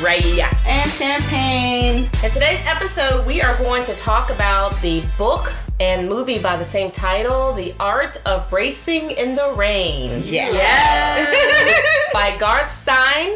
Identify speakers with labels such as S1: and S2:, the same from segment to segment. S1: Ray.
S2: And champagne.
S1: In today's episode, we are going to talk about the book and movie by the same title, The Art of Racing in the Rain.
S2: Yeah.
S1: Yes. by Garth Stein.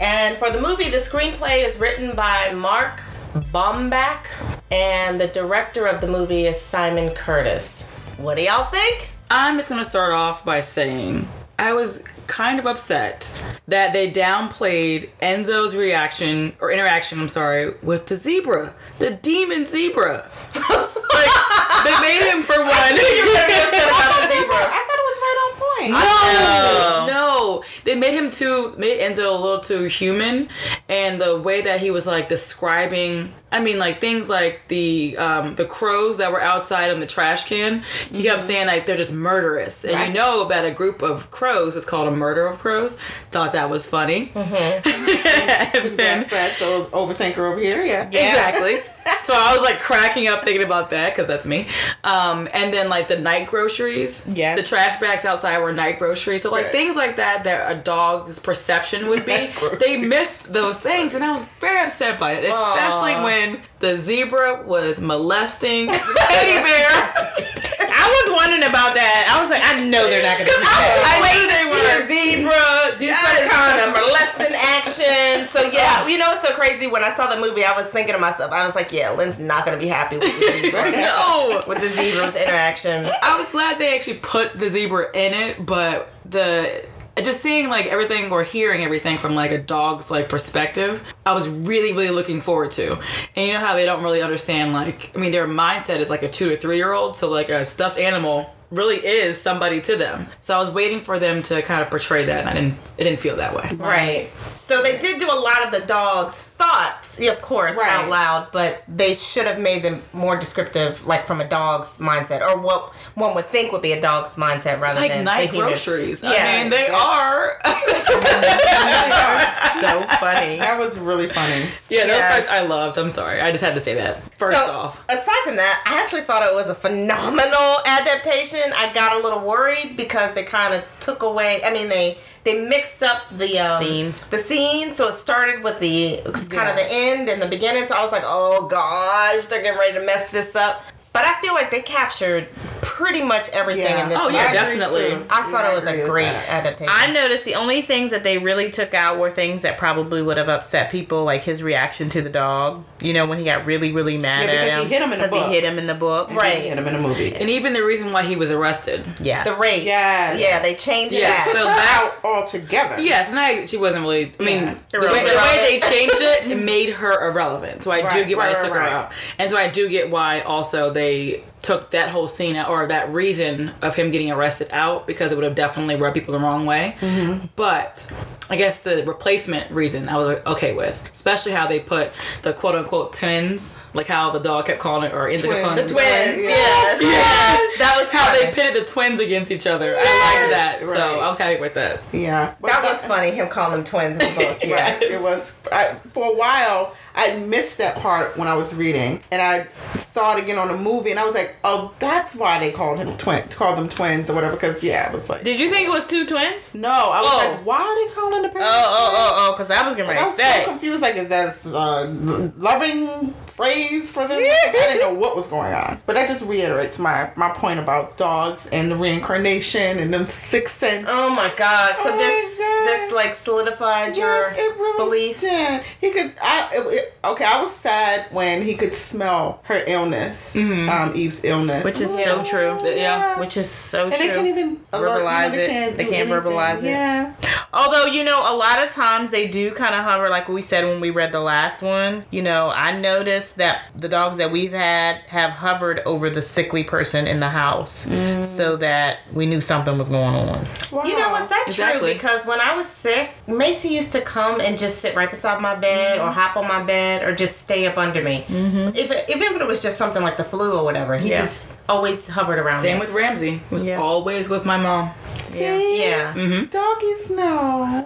S1: And for the movie, the screenplay is written by Mark Bomback, and the director of the movie is Simon Curtis. What do y'all think?
S3: I'm just gonna start off by saying I was kind of upset that they downplayed Enzo's reaction or interaction, I'm sorry, with the zebra, the demon zebra. like they made him for one.
S1: About the zebra.
S2: I thought it was right on point.
S3: No, no, they made him too made Enzo a little too human, and the way that he was like describing. I mean, like things like the um, the crows that were outside on the trash can. You kept saying like they're just murderous, and
S2: Right.
S3: you know that a group of crows is called a murder of crows. Thought that was funny. And then-
S2: That's that's the overthinker over here. Yeah.
S3: Exactly. so I was like cracking up thinking about that because that's me. Um, and then like the night groceries,
S2: Yes.
S3: the trash bags outside were night groceries. So like
S2: Right.
S3: things like that that a dog's perception would be, they missed those things, and I was very upset by it, especially when the zebra was molesting the teddy bear.
S4: I was wondering about that. I was like, I know they're not gonna do that.
S3: I knew they
S1: a
S3: were.
S1: zebra, do some kind of molesting action. So yeah, you know it's so crazy. When I saw the movie, I was thinking to myself, I was like, yeah, Lynn's not gonna be happy with the zebra.
S3: No.
S1: with the zebra's interaction.
S3: I was glad they actually put the zebra in it, but the just seeing like everything or hearing everything from like a dog's like perspective, I was really really looking forward to. And you know how they don't really understand like I mean their mindset is like a 2 to 3 year old, so like a stuffed animal really is somebody to them. So I was waiting for them to kind of portray that and I didn't it didn't feel that way.
S1: Right. So they did do a lot of the dog's thoughts, yeah, of course,
S2: Right.
S1: out loud, but they should have made them more descriptive, like from a dog's mindset, or what one would think would be a dog's mindset rather
S3: Like
S1: than
S3: night
S1: thinking of-
S3: groceries.
S1: Yeah.
S3: I mean, they are.
S2: that
S4: so funny.
S2: was really funny.
S3: yeah, those
S1: Yes.
S3: parts I loved. I'm sorry. I just had to say that first
S1: So,
S3: off.
S1: Aside from that, I actually thought it was a phenomenal adaptation. I got a little worried because they kind of took away. I mean, they they mixed up the um,
S4: Scenes.
S1: The scenes. So it started with the kind of the end and the beginning. So I was like, oh gosh, they're getting ready to mess this up. But I feel like they captured pretty much everything in this.
S3: Oh, yeah,
S1: movie.
S2: agree
S3: definitely.
S2: too.
S1: I thought
S2: Yeah,
S1: it was a
S2: agree with
S1: great
S2: that.
S1: adaptation.
S4: I noticed the only things that they really took out were things that probably would have upset people, like his reaction to the dog. You know, when he got really, really
S2: Yeah,
S4: mad
S2: because
S4: at
S2: he
S4: him
S2: hit him in the
S4: because
S2: book.
S4: he hit him in the book.
S1: Right.
S2: And I'm in a movie.
S3: And even the reason why he was arrested.
S4: Yeah.
S1: the rape.
S2: Yeah.
S1: Yeah, they changed
S3: Yeah,
S1: that.
S3: so that
S2: Out altogether.
S3: Yes, and I she wasn't really. I mean,
S2: Yeah.
S3: the, way, the
S1: Irrelevant.
S3: way they changed it, it made her irrelevant. So I do
S2: Right,
S3: get why
S2: right,
S3: they took
S2: right,
S3: her
S2: right.
S3: out, and so I do get why also they took that whole scene out, or that reason of him getting arrested out because it would have definitely rubbed people the wrong way. But I guess the replacement reason I was like, okay with, especially how they put the quote unquote twins, like how the dog kept calling it or Enzo kept calling
S2: The
S3: it
S1: Twins.
S2: Twins.
S1: Yes. yes. That was
S3: How they
S1: funny.
S3: pitted the twins against each other. I liked that, so I was happy with that.
S2: Yeah.
S1: That was funny. Him calling them twins in the book. Yeah.
S2: Yeah, it was. I, for a while, I missed that part when I was reading, and I saw it again on a movie, and I was like, "Oh, that's why they called him twin, called them twins or whatever." Because yeah, it was like,
S4: Did you think it was two twins?
S2: no, I was
S4: Oh.
S2: like, "Why are they calling the parents?"
S4: Oh, oh, oh, oh! Because I was getting
S2: I
S4: ready to
S2: was so
S4: say.
S2: confused. Like, is that a uh, loving phrase for them? I didn't know what was going on. But that just reiterates my my point about dogs and the reincarnation and them sixth sense.
S1: Oh my god! So
S2: Oh my
S1: this
S2: God.
S1: this like
S4: Oh,
S1: solidified your
S2: Yes, it really
S1: belief.
S2: did. He could. I it, it- okay. I was sad when he could smell her illness, um, Eve's illness,
S4: Mm-hmm. Which is
S2: Yeah.
S4: so true.
S3: Yeah.
S4: Which is so
S2: And
S4: true.
S2: they can't even alert, you know,
S4: Verbalize
S2: they
S4: it.
S2: Can't
S4: They
S2: do
S4: can't
S2: anything.
S4: verbalize it.
S2: Yeah.
S4: Although, you know, a lot of times they do kind of hover, like we said when we read the last one. You know, I noticed that the dogs that we've had have hovered over the sickly person in the house so that we knew something was going on.
S2: Wow.
S1: You know, was that
S3: Exactly.
S1: true? Because when I was sick, Macy used to come and just sit right beside my bed,
S4: Mm-hmm.
S1: or hop on my bed, or just stay up under me. Mm-hmm. If it- even if it was just something like the flu or whatever, he
S4: Yeah.
S1: just always hovered around.
S3: Same
S1: me.
S3: with Ramsey. He was
S4: Yeah.
S3: always with my mom. Mm-hmm.
S4: Yeah.
S1: Yeah.
S2: Doggies know.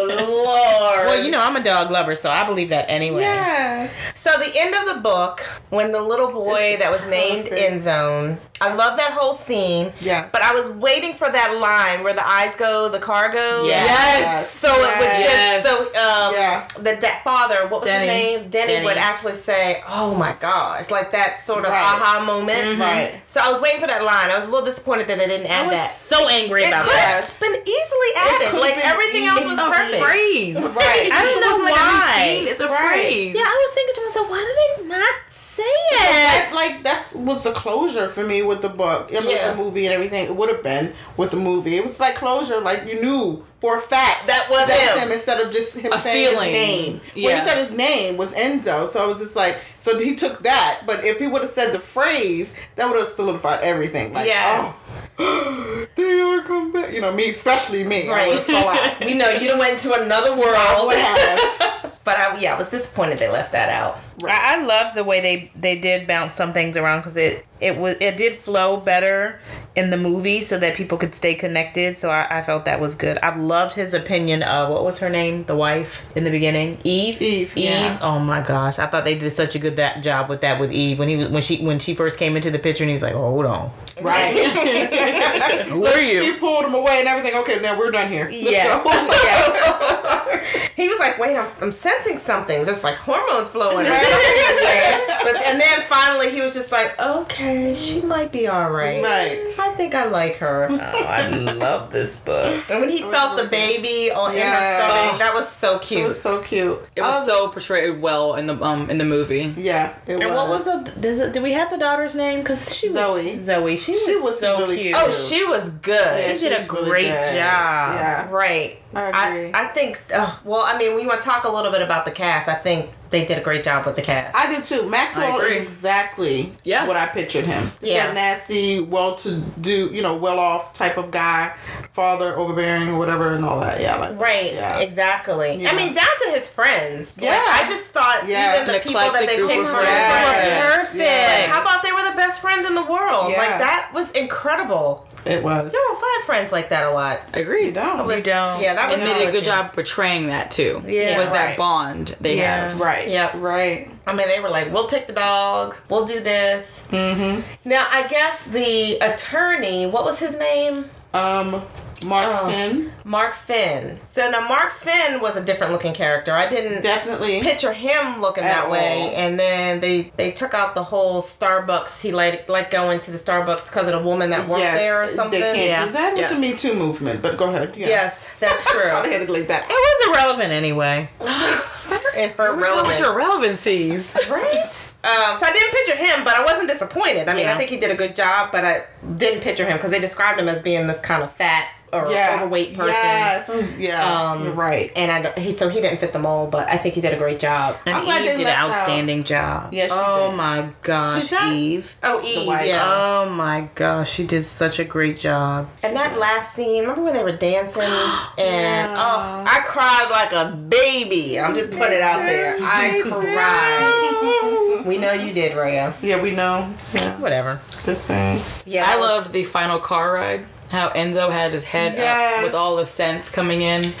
S1: Oh lord.
S4: Well, you know, I'm a dog lover, so I believe that anyway.
S2: yes.
S1: So the end of the book, when the little boy that was named
S2: perfect.
S1: Endzone I love that whole scene.
S2: Yes.
S1: But I was waiting for that line where the eyes go, the car goes.
S2: Yes.
S3: Yes.
S1: So it would just
S3: Yes.
S1: so um
S2: Yeah.
S1: that that father what was his
S3: Denny.
S1: name Denny,
S4: Denny.
S1: would actually say oh my gosh like that sort of
S2: Right.
S1: aha moment
S2: Right.
S1: so I was waiting for that line I was a little disappointed Mm-hmm. that they didn't add
S4: I was
S1: that
S4: so angry
S1: it
S4: about
S1: could
S4: that.
S1: have been easily added
S2: could've
S1: like
S2: been
S1: everything else
S2: easy.
S1: was
S3: a
S1: perfect
S3: phrase.
S2: Right.
S4: I don't
S3: It
S4: know
S3: wasn't like a new
S4: why.
S3: scene. It's a
S2: Right.
S3: phrase.
S4: Yeah, I was thinking to myself, why do they not say
S2: That,
S4: it?
S2: like that was the closure for me with the book, I mean,
S1: Yeah.
S2: the movie, and everything. It would have been with the movie. It was like closure, like you knew for a fact
S1: That was him.
S2: instead of just him
S3: A
S2: saying
S3: feeling.
S2: his name. When
S3: Yeah.
S2: he said his name was Enzo, so I was just like, so he took that. But if he would have said the phrase, that would have solidified everything. Like,
S1: Yes.
S2: oh, they are come back. You know me, especially me. I
S1: Right.
S2: would have fell out.
S1: you know you done went into another
S2: I
S1: world
S2: would have.
S1: but I, yeah I was disappointed they left that out
S4: I, I love the way they they did bounce some things around because it it was it did flow better in the movie so that people could stay connected. So I, I felt that was good. I loved his opinion of what was her name, the wife in the beginning, Eve.
S2: Eve,
S4: Eve.
S2: yeah.
S4: Oh my gosh, I thought they did such a good that job with that with Eve when he was when she when she first came into the picture and he's like, "Oh, hold on,
S2: right.
S4: who are
S2: He
S4: you?
S2: pulled him away and everything. Okay, now we're done here. Let's
S4: Yes.
S2: go.
S1: he was like wait I'm, I'm sensing something there's like hormones flowing
S2: Right.
S1: But- and then finally he was just like okay she might be all right
S2: Right.
S1: I think I like her
S4: Oh, I love this book.
S1: And when he felt the baby on in her
S2: Yeah.
S1: stomach, that was so
S2: It
S1: cute.
S2: was so cute.
S3: It was
S2: Um,
S3: so portrayed well in the um in the movie.
S2: Yeah, it
S4: And what was the? Does it, did we have the daughter's name? Because she was
S2: Zoe.
S4: Zoe. She was,
S2: She was
S4: so
S2: really
S4: cute.
S2: cute.
S1: oh, she was
S2: Yeah,
S1: good.
S4: did a
S2: was really
S4: great
S2: good.
S4: job.
S2: Yeah.
S1: Right.
S2: I agree.
S1: I, think. Uh, well, I mean, we want to talk a little bit about the cast. I think they did a great job with the cast.
S2: I do too. Maxwell
S3: I agree.
S2: is exactly
S3: Yes.
S2: what I pictured him.
S1: Yeah.
S2: Yeah. That nasty, well to do, you know, well off type of guy, father overbearing or whatever and all that. Yeah. Like,
S1: Right,
S2: Yeah.
S1: exactly.
S2: Yeah.
S1: I mean, down to his friends. Like,
S2: Yeah.
S1: I just thought
S2: Yeah.
S1: even the
S3: An
S1: people that
S3: eclectic
S1: they
S3: group
S1: picked
S3: of
S1: for
S3: friends.
S1: us were perfect.
S2: Yes.
S1: How about they were the best friends in the world?
S2: Yeah.
S1: Like that was incredible.
S2: It was.
S1: You don't find friends like that a lot.
S2: You
S3: Agreed.
S2: don't.
S1: Was-
S4: don't.
S1: Yeah, that was
S3: And they did a
S1: really
S3: good
S1: cute.
S3: job portraying that too.
S4: Yeah.
S3: was
S1: Right.
S3: that bond they
S4: Yeah.
S3: have?
S2: Right.
S1: Yep.
S2: Right.
S1: I mean, they were like, "We'll take the dog. We'll do this." Mm-hmm. Now, I guess the attorney. What was his name?
S2: Um, Mark
S1: Oh.
S2: Finn.
S1: Mark Finn. So now Mark Finn was a different looking character. I didn't
S2: Definitely.
S1: picture him looking
S2: At
S1: that way.
S2: all.
S1: And then they they took out the whole Starbucks. He like like going to the Starbucks because of the woman that worked
S2: Yes,
S1: there or something.
S2: They can't
S3: Yeah.
S2: do that with
S3: Yes.
S2: the Me Too movement, but go ahead. Yeah.
S1: Yes, that's
S2: I
S1: true.
S2: had to like that.
S4: It was irrelevant anyway.
S1: and her
S3: Look at
S1: relevance.
S3: what your relevancies.
S1: Right. Um, so I didn't picture him, but I wasn't disappointed. I mean, I
S4: Yeah.
S1: think he did a good job, but I didn't picture him because they described him as being this kind of fat or
S2: Yeah.
S1: overweight person.
S2: Yes. Oh, Yeah.
S1: Um,
S2: You're right.
S1: And I don't, he so he didn't fit the mold, but I think he did a great job.
S4: And
S2: I'm glad
S4: Eve
S2: they
S4: did an
S2: left out-
S4: outstanding job.
S2: Yes, she
S4: oh
S2: did.
S4: my gosh,
S2: Who's that?
S4: Eve.
S1: Oh, Eve,
S2: wife.
S1: yeah.
S4: Oh my gosh, she did such a great job.
S1: and that last scene, remember when they were dancing? And oh, I cried like a baby. I'm just putting it out there. I cried. we know you did, Raya.
S2: Yeah, we know. Yeah.
S4: Whatever.
S2: The same.
S1: Yeah,
S3: I
S1: that was-
S3: loved the final car ride. How Enzo had his head
S2: Yes.
S3: up with all the scents coming in.
S2: He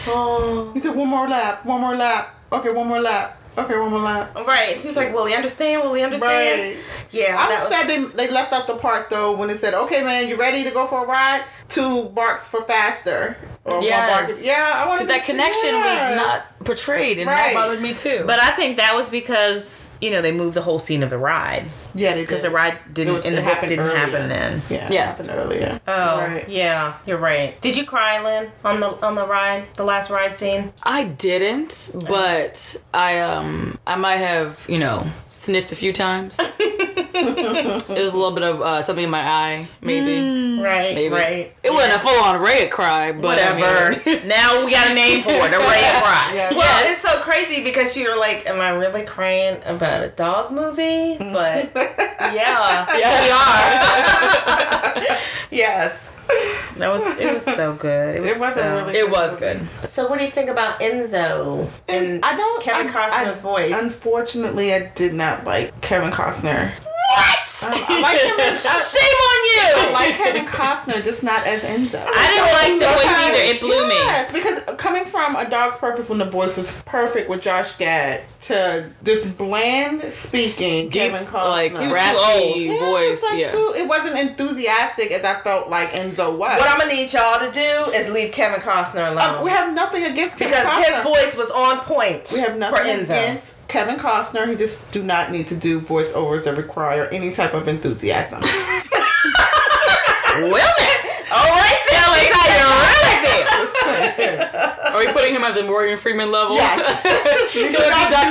S2: said, one more lap, one more lap. Okay, one more lap. Okay, one more lap.
S1: Right. He was like, Will he understand? Will he understand?
S2: Right.
S1: Yeah.
S2: I'm
S1: that was-
S2: sad they, they left out the part though when it said, okay, man, you ready to go for a ride? Two barks for faster. Or one bark.
S3: Yes.
S2: Yeah, I
S3: Because
S2: wanted
S3: that
S2: to-
S3: connection
S2: yeah.
S3: was not portrayed, and
S2: Right.
S3: that bothered me too.
S4: But I think that was because, you know, they moved the whole scene of the ride.
S2: Yeah, they
S4: Because
S2: did.
S4: the ride didn't,
S2: was-
S4: in the
S2: it
S4: book
S2: happened
S4: didn't
S2: earlier.
S4: happen then.
S2: Yeah, it
S3: Yes.
S2: happened earlier.
S1: Oh
S2: Right.
S1: yeah, you're right. Did you cry, Lynn, on the on the ride, the last ride scene?
S3: I didn't, but I um I might have you know sniffed a few times. it was a little bit of uh, something in my eye, maybe.
S1: Right,
S3: Maybe. It wasn't a full on Raya cry, but
S4: Whatever.
S3: I mean,
S4: now we got a name for it, a ray of rock.
S2: Yeah.
S1: Well, it's so crazy because you're like, am I really crying about a dog movie? But yeah,
S3: yeah,
S1: yes.
S4: That was it was so good. It was,
S2: It wasn't
S4: so,
S2: really.
S3: it was good.
S1: So what do you think about Enzo and
S2: I don't.
S1: Kevin
S2: I- I-
S1: Costner's voice?
S2: Unfortunately, I did not like Kevin Costner.
S1: what? Yes.
S2: I like him in
S1: Shame on
S2: I
S1: you.
S2: like Kevin Costner, just not as Enzo.
S1: I didn't like the voice either. It blew me.
S2: Yes, because coming from A Dog's Purpose when the voice was perfect with Josh Gad to this bland speaking
S3: Deep,
S2: Kevin Costner.
S3: like
S2: Yeah,
S3: raspy
S2: it was
S3: voice.
S2: like
S3: yeah.
S2: too- it wasn't enthusiastic as I felt like Enzo was.
S1: What I'm gonna need y'all to do is leave Kevin Costner alone.
S2: Uh, we have nothing against Kevin
S1: because his
S2: Costner.
S1: voice was on point.
S2: We have
S1: for
S2: nothing
S1: Enzo.
S2: against Kevin Costner. He just do not need to do voiceovers that require any type of enthusiasm.
S1: Women. All right, fellas, Oh, how you really feel?
S2: yes.
S3: Are we putting him at the Morgan Freeman level?
S2: You
S3: He'll
S2: should
S3: do
S2: not do that.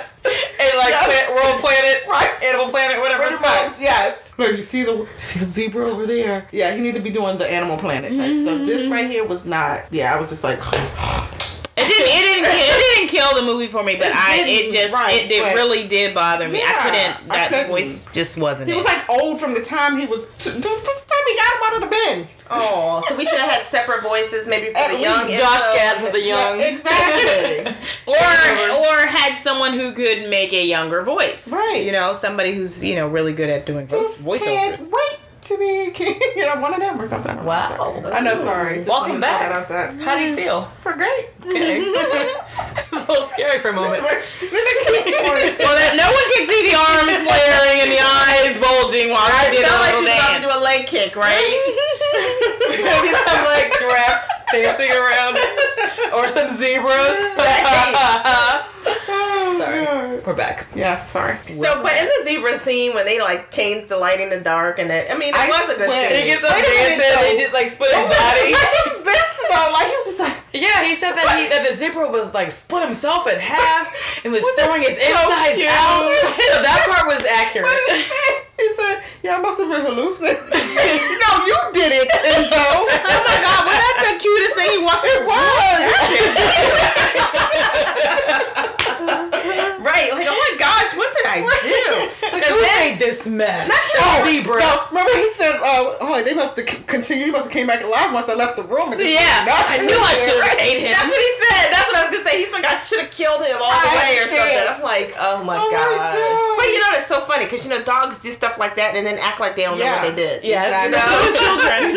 S3: documentaries. and like Pla- World Planet, right? Animal Planet, whatever it's called.
S2: Yes. Look, you see the see the zebra over there. Mm-hmm. Yeah, he need to be doing the Animal Planet type stuff. This right here was not. Yeah, I was just like, oh,
S4: It didn't. It didn't. ki- It didn't kill the movie for me, but I. It
S2: didn't,
S4: just.
S2: right,
S4: it did,
S2: but-
S4: really did bother me.
S2: Yeah,
S4: I couldn't.
S2: I
S4: That
S2: couldn't.
S4: voice just wasn't.
S2: he
S4: it.
S2: was like old from the time he was. T- this, this time he got him out of the bin.
S1: Oh, so we should have had separate voices, maybe for
S2: At
S1: the
S2: least
S1: young
S3: Josh
S1: Enzo.
S3: Gad for the young.
S2: Yeah, exactly.
S4: or or had someone who could make a younger voice,
S2: Right.
S4: You know, somebody who's you know really good at doing voice
S2: Just can't
S4: voiceovers.
S2: wait to be king. You know, one of them or something.
S3: Wow.
S2: I know. Sorry. Just
S3: Welcome
S2: wanted to throw
S3: back.
S2: that out there.
S3: How do you feel?
S2: For great.
S3: Okay. it's a little scary for a moment.
S4: So that no one could see the arms flaring and the eyes bulging while
S1: I
S4: I did a
S1: felt like she
S4: little
S1: was about to
S4: dance.
S1: do a leg kick, right?
S3: some like giraffes dancing around, or some zebras. Sorry. We're back.
S2: Yeah, sorry.
S1: So, but in the zebra scene, when they like changed the light in the dark, and it, I mean, it
S2: I
S1: was a good
S2: swear.
S3: He
S1: scene.
S3: gets up
S2: Wait a minute,
S3: dancing.
S2: though.
S3: He did like split his body.
S2: What is this though? Like he was just like,
S3: Yeah, he said that he that the zebra was like split himself in half and was throwing his
S2: so
S3: insides
S2: cute.
S3: out. So that part was accurate.
S2: he said, yeah, I must have been hallucinating. no, you did it, Enzo.
S4: Oh my god, was that the cutest thing he walked?
S2: It was.
S1: Right? Like, oh my gosh, what did I do? Because
S3: Who
S1: then
S3: made this mess? zebra.
S2: Oh, No, remember he said, uh, oh, they must have c- continued. He must have came back alive once I left the room. And
S4: Yeah,
S3: I knew I should have ate him.
S1: That's what he said. That's what I was gonna say. He's like, I should have killed him all the
S2: I
S1: way or
S2: did.
S1: something. I'm like, oh my
S2: Oh my
S1: gosh.
S2: gosh.
S1: But you know, that's so funny because you know, dogs do stuff like that and then act like they don't know
S2: Yeah.
S1: what they did.
S3: Yes.
S1: You know?
S4: children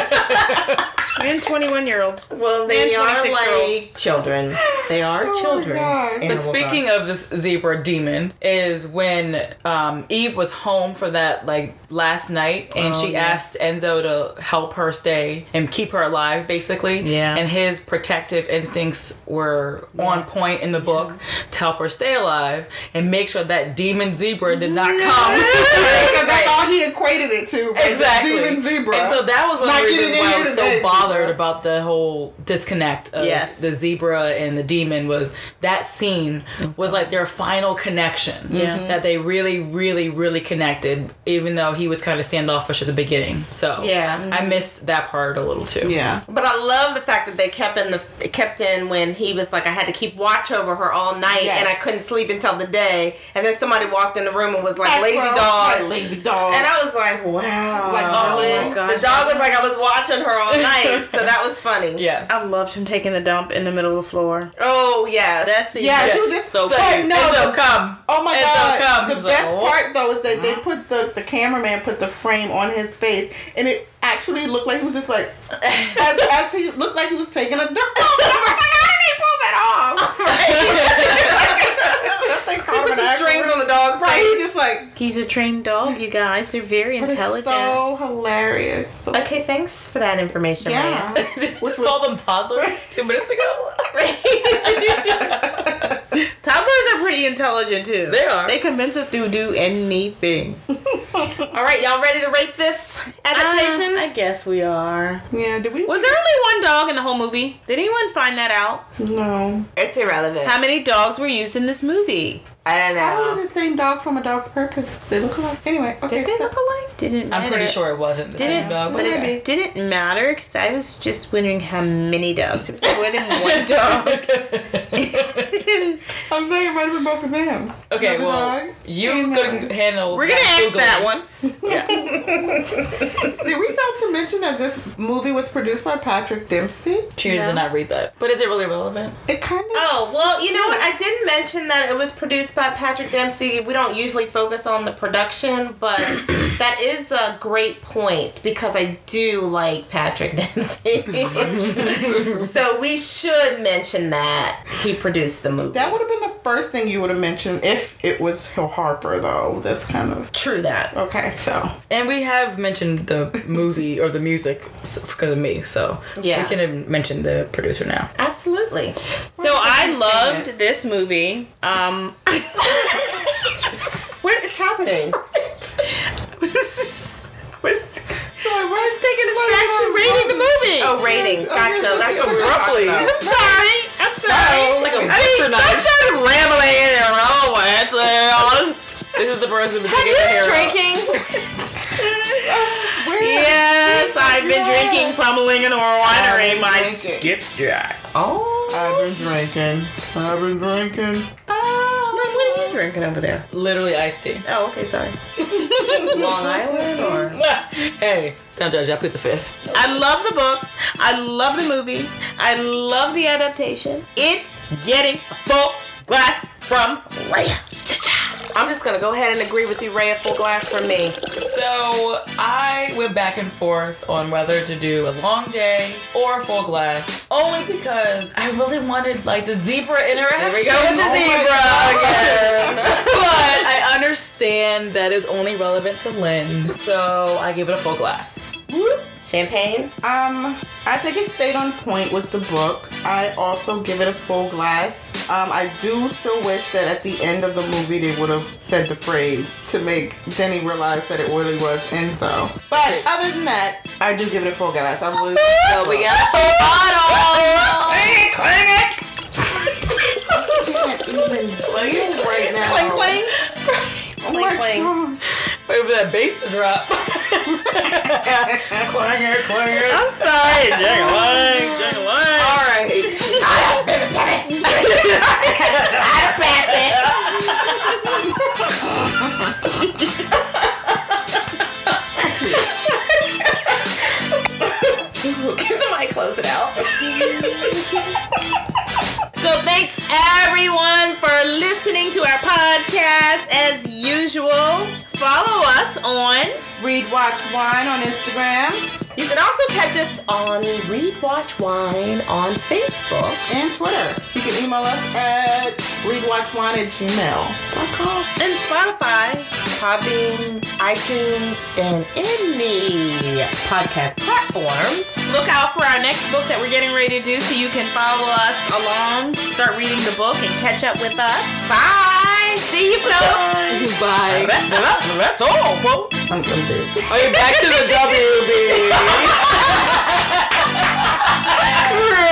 S2: Exactly.
S4: and twenty-one year olds.
S1: Well, they
S4: And
S1: are
S4: 26-year-olds.
S1: like children. They are
S2: Oh my
S1: children.
S2: God.
S1: Animal
S3: But speaking of this zebra demon, is when um, Eve was home for that like last night, and
S2: Oh,
S3: she asked Enzo to help her stay and keep her alive, basically.
S4: Yeah.
S3: And his protective instincts were on point in the book to help her stay alive and make sure that demon zebra did not come.
S2: Because that's all he equated it to. was
S3: exactly.
S2: Demon zebra.
S3: And so that was one
S2: Not
S3: of the
S2: getting
S3: reasons why I
S2: in
S3: was so
S2: today,
S3: bothered
S2: zebra.
S3: about the whole disconnect of
S4: Yes.
S3: the zebra and the demon was that scene was like their final connection.
S4: Yeah.
S2: Mm-hmm.
S3: That they really, really, really connected, even though he was kind of standoffish at the beginning. So
S1: Yeah.
S3: I missed that part a little too.
S2: yeah.
S1: But I love the fact that they kept in the kept in when he was like I had to keep watch over her all night
S2: Yes.
S1: and I couldn't sleep until the day and then somebody walked in the room and was like
S2: That's
S1: lazy
S2: where I was
S1: dog
S2: like, Lazy dog.
S1: and I was like wow
S2: Like, oh my
S4: gosh.
S1: the dog was like I was watching her all night so that was funny
S3: Yes.
S4: I loved him taking the dump in the middle of the floor.
S1: oh yes
S4: That's
S2: Yes,
S4: yes.
S2: he was just
S4: so
S3: It's like,
S2: But no,
S3: Enzo,
S2: the-
S3: come.
S2: Oh my
S3: It's all
S2: god!
S3: come.
S2: The
S3: It's like,
S2: best
S3: oh.
S2: part though is that they
S1: Uh-huh.
S2: put the the cameraman put the frame on his face, and it actually looked like he was just like as, as he looked like he was taking a dump. I was like, how did they pull that off? Right? That's like
S1: put some strings on the dog's
S2: Right,
S1: face.
S2: he's just like
S4: He's a trained dog, you guys. They're very
S2: but it's
S4: intelligent.
S2: so hilarious. So-
S1: Okay, thanks for that information.
S2: yeah,
S3: Just call them toddlers two minutes ago.
S4: Toddlers are pretty intelligent too.
S3: They are.
S4: They convince us to do anything.
S1: All right, y'all ready to rate this adaptation?
S4: Uh, I guess we are.
S2: yeah. Did we?
S4: Was there only one dog in the whole movie? Did anyone find that out?
S2: no?
S1: Uh, it's irrelevant.
S4: How many dogs were used in this movie?
S1: I don't
S2: I don't
S1: know.
S2: the same dog from A Dog's Purpose. They look alike. Anyway, okay. so-
S4: alike? Didn't matter.
S3: I'm pretty sure it wasn't the
S4: Didn't,
S3: same dog.
S4: but
S3: But okay.
S4: it didn't matter because I was just wondering how many dogs. It was more than one dog.
S2: I'm saying it might have been both of them.
S3: Okay,
S2: Another
S3: well,
S2: dog?
S3: you
S2: Another.
S3: couldn't handle.
S4: We're gonna
S3: that
S4: ask
S3: Googling.
S4: that one.
S2: Did we fail to mention that this movie was produced by Patrick Dempsey?
S3: Trina did not read that. But is it really relevant?
S2: It kind of.
S1: Oh, well, you know what? I did mention that it was produced by Patrick Dempsey. We don't usually focus on the production, but that is a great point because I do like Patrick Dempsey. so we should mention that he produced the movie.
S2: That would have been the first thing you would have mentioned if it was Hill Harper, though. That's kind of.
S1: True that.
S2: Okay, so.
S3: And we have mentioned the movie or the music because of me, so
S1: Yeah.
S3: we can have mentioned the producer now.
S1: Absolutely.
S4: So I
S2: loved
S4: loved this movie. Um,
S2: What is happening?
S3: Where's
S2: Why is taking us
S4: back to rating the movie.
S1: Oh, ratings. Gotcha. That's what we're
S3: abruptly?
S4: I'm sorry. I'm sorry.
S3: Like a
S4: I
S3: butcher
S4: mean, I
S3: knife.
S4: started rambling and all went.
S3: This is the person who's
S4: Have you
S3: taking
S4: been
S3: hair out.
S4: drinking?
S2: Where?
S4: Yes, I've been drinking from Linganore Winery.
S2: been
S4: My
S2: drinking.
S4: skipjack. Oh.
S2: I've been drinking. I've been drinking.
S4: What are Uh, you drinking over there?
S3: Literally iced tea.
S4: Oh, okay, sorry.
S1: Long Island or
S3: hey, don't judge. I put the fifth.
S4: I love the book. I love the movie. I love the adaptation. It's getting a full glass from Raya.
S1: I'm just gonna go ahead and agree with you, Ray. A full glass for me.
S3: So I went back and forth on whether to do a long day or a full glass, only because I really wanted like the zebra interaction.
S1: go with the
S3: Oh my
S1: zebra
S3: God. but I understand that is only relevant to Lynn, so I give it a full glass.
S1: Champagne.
S2: Um, I think it stayed on point with the book. I also give it a full glass. Um, I do still wish that at the end of the movie they would have said the phrase to make Denny realize that it really was Enzo. But other than that, I do give it a full glass. I really.
S3: So we got a full bottle.
S2: Playing right now.
S4: Clang, clang.
S2: Oh my
S1: clang.
S2: God.
S3: Wait for that bass to drop. clanger, clanger.
S4: I'm sorry, Jack. Lang, Jack Lang.
S3: All right.
S1: Somebody close it out.
S4: So thanks everyone for listening to our podcast as usual. Follow us on.
S2: Read, watch, wine on Instagram
S1: You can also catch us on Read Watch Wine on Facebook.
S2: and Twitter. You can email us at readwatchwine at gmail.
S1: and Spotify, Podbean, iTunes, and any podcast platforms.
S4: Look out for our next book that we're getting ready to do so you can follow us along, start reading the book, and catch up with us. Bye. See you, folks.
S3: Bye.
S4: That's all, folks.
S2: I'm convinced.
S3: Are you back to the WB?